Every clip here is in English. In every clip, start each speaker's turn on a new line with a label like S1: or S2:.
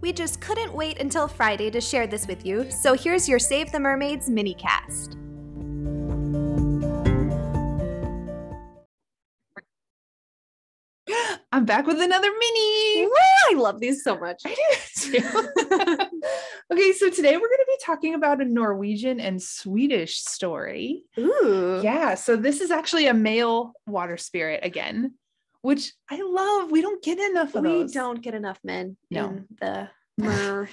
S1: We just couldn't wait until Friday to share this with you, so here's your Save the Mermaids minicast.
S2: I'm back with another mini.
S1: Woo! I love these so much.
S2: I do too. okay, so today we're going to be talking about a Norwegian and Swedish story.
S1: Ooh.
S2: Yeah, so this is actually a male water spirit again, which I love. We don't get enough of
S1: We
S2: those.
S1: don't get enough men
S2: No.
S1: in the mer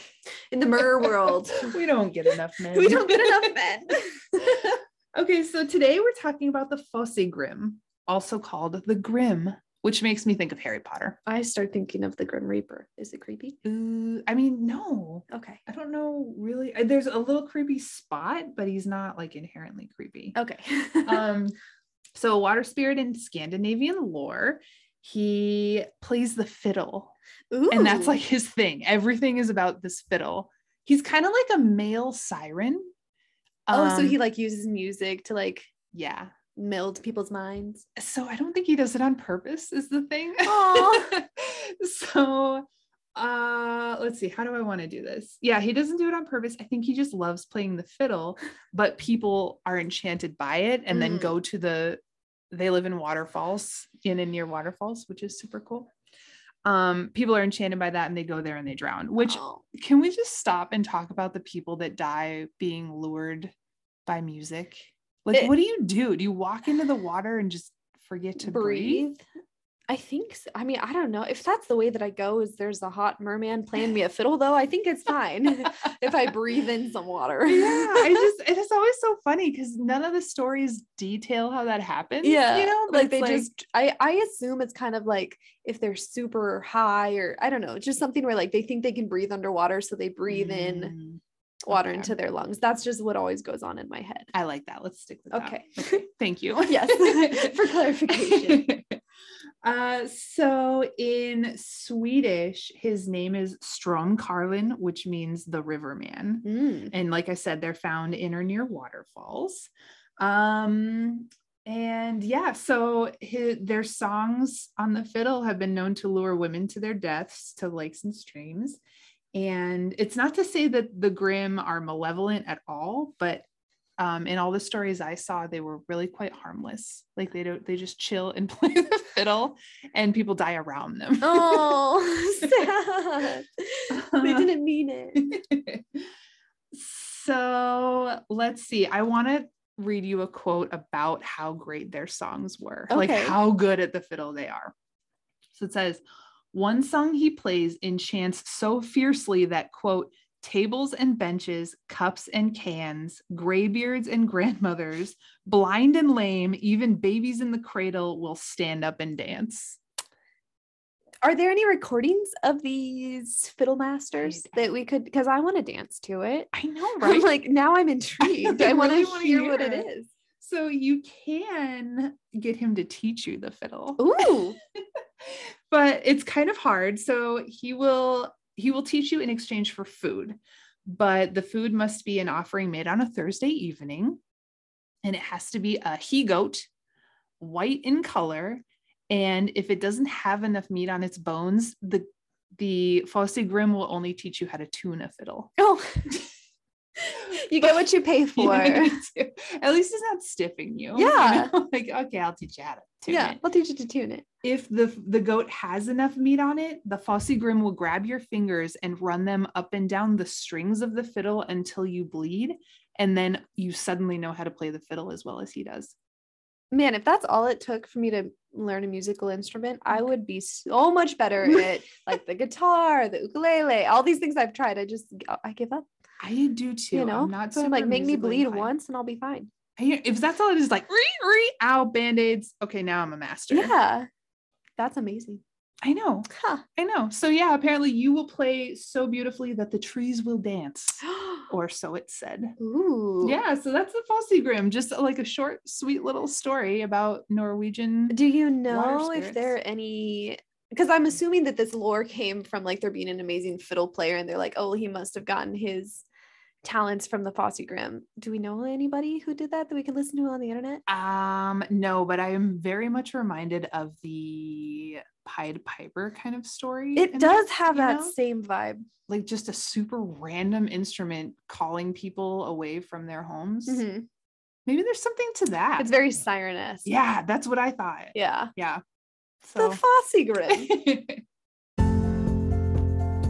S1: in the mer world.
S2: We don't get enough men.
S1: we don't get enough men.
S2: okay, so today we're talking about the Fossegrim, also called the Grim, which makes me think of Harry Potter.
S1: I start thinking of the Grim Reaper. Is it creepy?
S2: Ooh, I mean, no,
S1: Okay.
S2: I don't know really. Uh, There's a little creepy spot, but he's not like inherently creepy.
S1: Okay.
S2: um, so a water spirit in Scandinavian lore, he plays the fiddle,
S1: Ooh.
S2: and that's like his thing. Everything is about this fiddle. He's kind of like a male siren.
S1: oh, so
S2: Um,
S1: he like uses music to like
S2: yeah.
S1: meld people's minds.
S2: So I don't think he does it on purpose. Is the thing.
S1: Aw.
S2: so uh let's see how do i want to do this yeah he doesn't do it on purpose i think he just loves playing the fiddle but people are enchanted by it and then
S1: Mm.
S2: go to the they live in waterfalls in and near waterfalls which is super cool um people are enchanted by that and they go there and they drown which
S1: Oh.
S2: can we just stop and talk about the people that die being lured by music like
S1: It-
S2: what do you do do you walk into the water and just forget to breathe?
S1: I think so. I mean, I don't know. If that's the way that I go, is there's a hot merman playing me a fiddle, though, I think it's fine if I breathe in some water.
S2: yeah, I just it is always so funny because none of the stories detail how that happens.
S1: yeah.
S2: you know, but
S1: like
S2: it's
S1: they just, I, I assume it's kind of like if they're super high or I don't know, just something where like they think they can breathe underwater. So they breathe in
S2: Mm,
S1: water
S2: okay.
S1: into their lungs. That's just what always goes on in my head.
S2: I like that. Let's stick with that.
S1: Okay.
S2: Thank you.
S1: yes. For clarification.
S2: uh, so in Swedish, his name is Stromkarlen, which means the riverman.
S1: Mm.
S2: And like I said, they're found in or near waterfalls. Um, and yeah, so hi- their songs on the fiddle have been known to lure women to their deaths to lakes and streams. And it's not to say that the Grim are malevolent at all, but um, in all the stories I saw, they were really quite harmless. Like they don't, they just chill and play the fiddle, and people die around them.
S1: Oh, sad. they
S2: Uh-huh.
S1: didn't mean it.
S2: so let's see. I want to read you a quote about how great their songs were, like
S1: Okay.
S2: how good at the fiddle they are. So it says, one song he plays enchants so fiercely that, quote, tables and benches, cups and cans, graybeards and grandmothers, blind and lame, even babies in the cradle will stand up and dance.
S1: are there any recordings of these fiddle masters
S2: I-
S1: that we could because i want to dance to it
S2: I know,
S1: i'm
S2: right?
S1: like now i'm intrigued i,
S2: I
S1: want to
S2: really wanna
S1: hear what it
S2: hear
S1: is
S2: so you can get him to teach you the fiddle.
S1: ooh
S2: but it's kind of hard so he will he will teach you in exchange for food but the food must be an offering made on a thursday evening and it has to be a he goat white in color and if it doesn't have enough meat on its bones the the Fosse Grim will only teach you how to tune a fiddle.
S1: oh you get what you pay for
S2: Yeah,
S1: yeah,
S2: you do. At least it's not stiffing you. you
S1: Yeah.
S2: know? like, okay, I'll teach you how to tune it
S1: i'll teach you to tune it
S2: if the the goat has enough meat on it, the fossegrim will grab your fingers and run them up and down the strings of the fiddle until you bleed, and then you suddenly know how to play the fiddle as well as he does.
S1: man if that's all it took for me to learn a musical instrument i
S2: Mm.
S1: would be so much better at like the guitar the ukulele all these things i've tried i just i give up
S2: I do too.
S1: you know
S2: I'm not
S1: So,
S2: super
S1: like make me
S2: musically
S1: bleed
S2: inclined.
S1: once and i'll be fine
S2: I hear- If that's all it is, like re re ow band aids. Okay, now I'm a master.
S1: yeah that's amazing
S2: I know,
S1: huh
S2: I know. So yeah, apparently you will play so beautifully that the trees will dance, or so it said.
S1: Ooh.
S2: Yeah, so that's the Fossegrim, just uh, like a short, sweet little story about Norwegian.
S1: Do you know if
S2: spirits.
S1: there are any? Because I'm assuming that this lore came from like there being an amazing fiddle player, and they're like, oh, he must have gotten his talents from the Fosse Grimm. Do we know anybody who did that that we can listen to on the internet?
S2: Um, no, but I am very much reminded of the Pied Piper kind of story.
S1: It
S2: in
S1: does have
S2: you
S1: that
S2: know?
S1: same vibe.
S2: like just a super random instrument calling people away from their homes.
S1: Mhm.
S2: Maybe there's something to that.
S1: It's very siren-esque.
S2: yeah, that's what I thought.
S1: Yeah.
S2: Yeah.
S1: The Fosse Grim.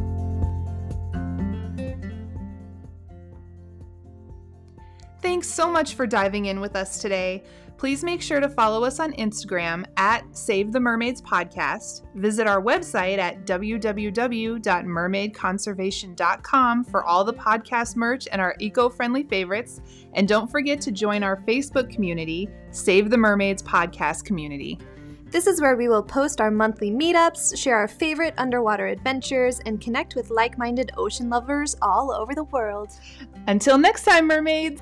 S2: Thanks so much for diving in with us today. Please make sure to follow us on Instagram at Save the Mermaids Podcast. Visit our website at www.mermaidconservation.com for all the podcast merch and our eco friendly favorites. And don't forget to join our Facebook community, Save the Mermaids Podcast Community.
S1: This is where we will post our monthly meetups, share our favorite underwater adventures, and connect with like minded ocean lovers all over the world.
S2: Until next time, mermaids!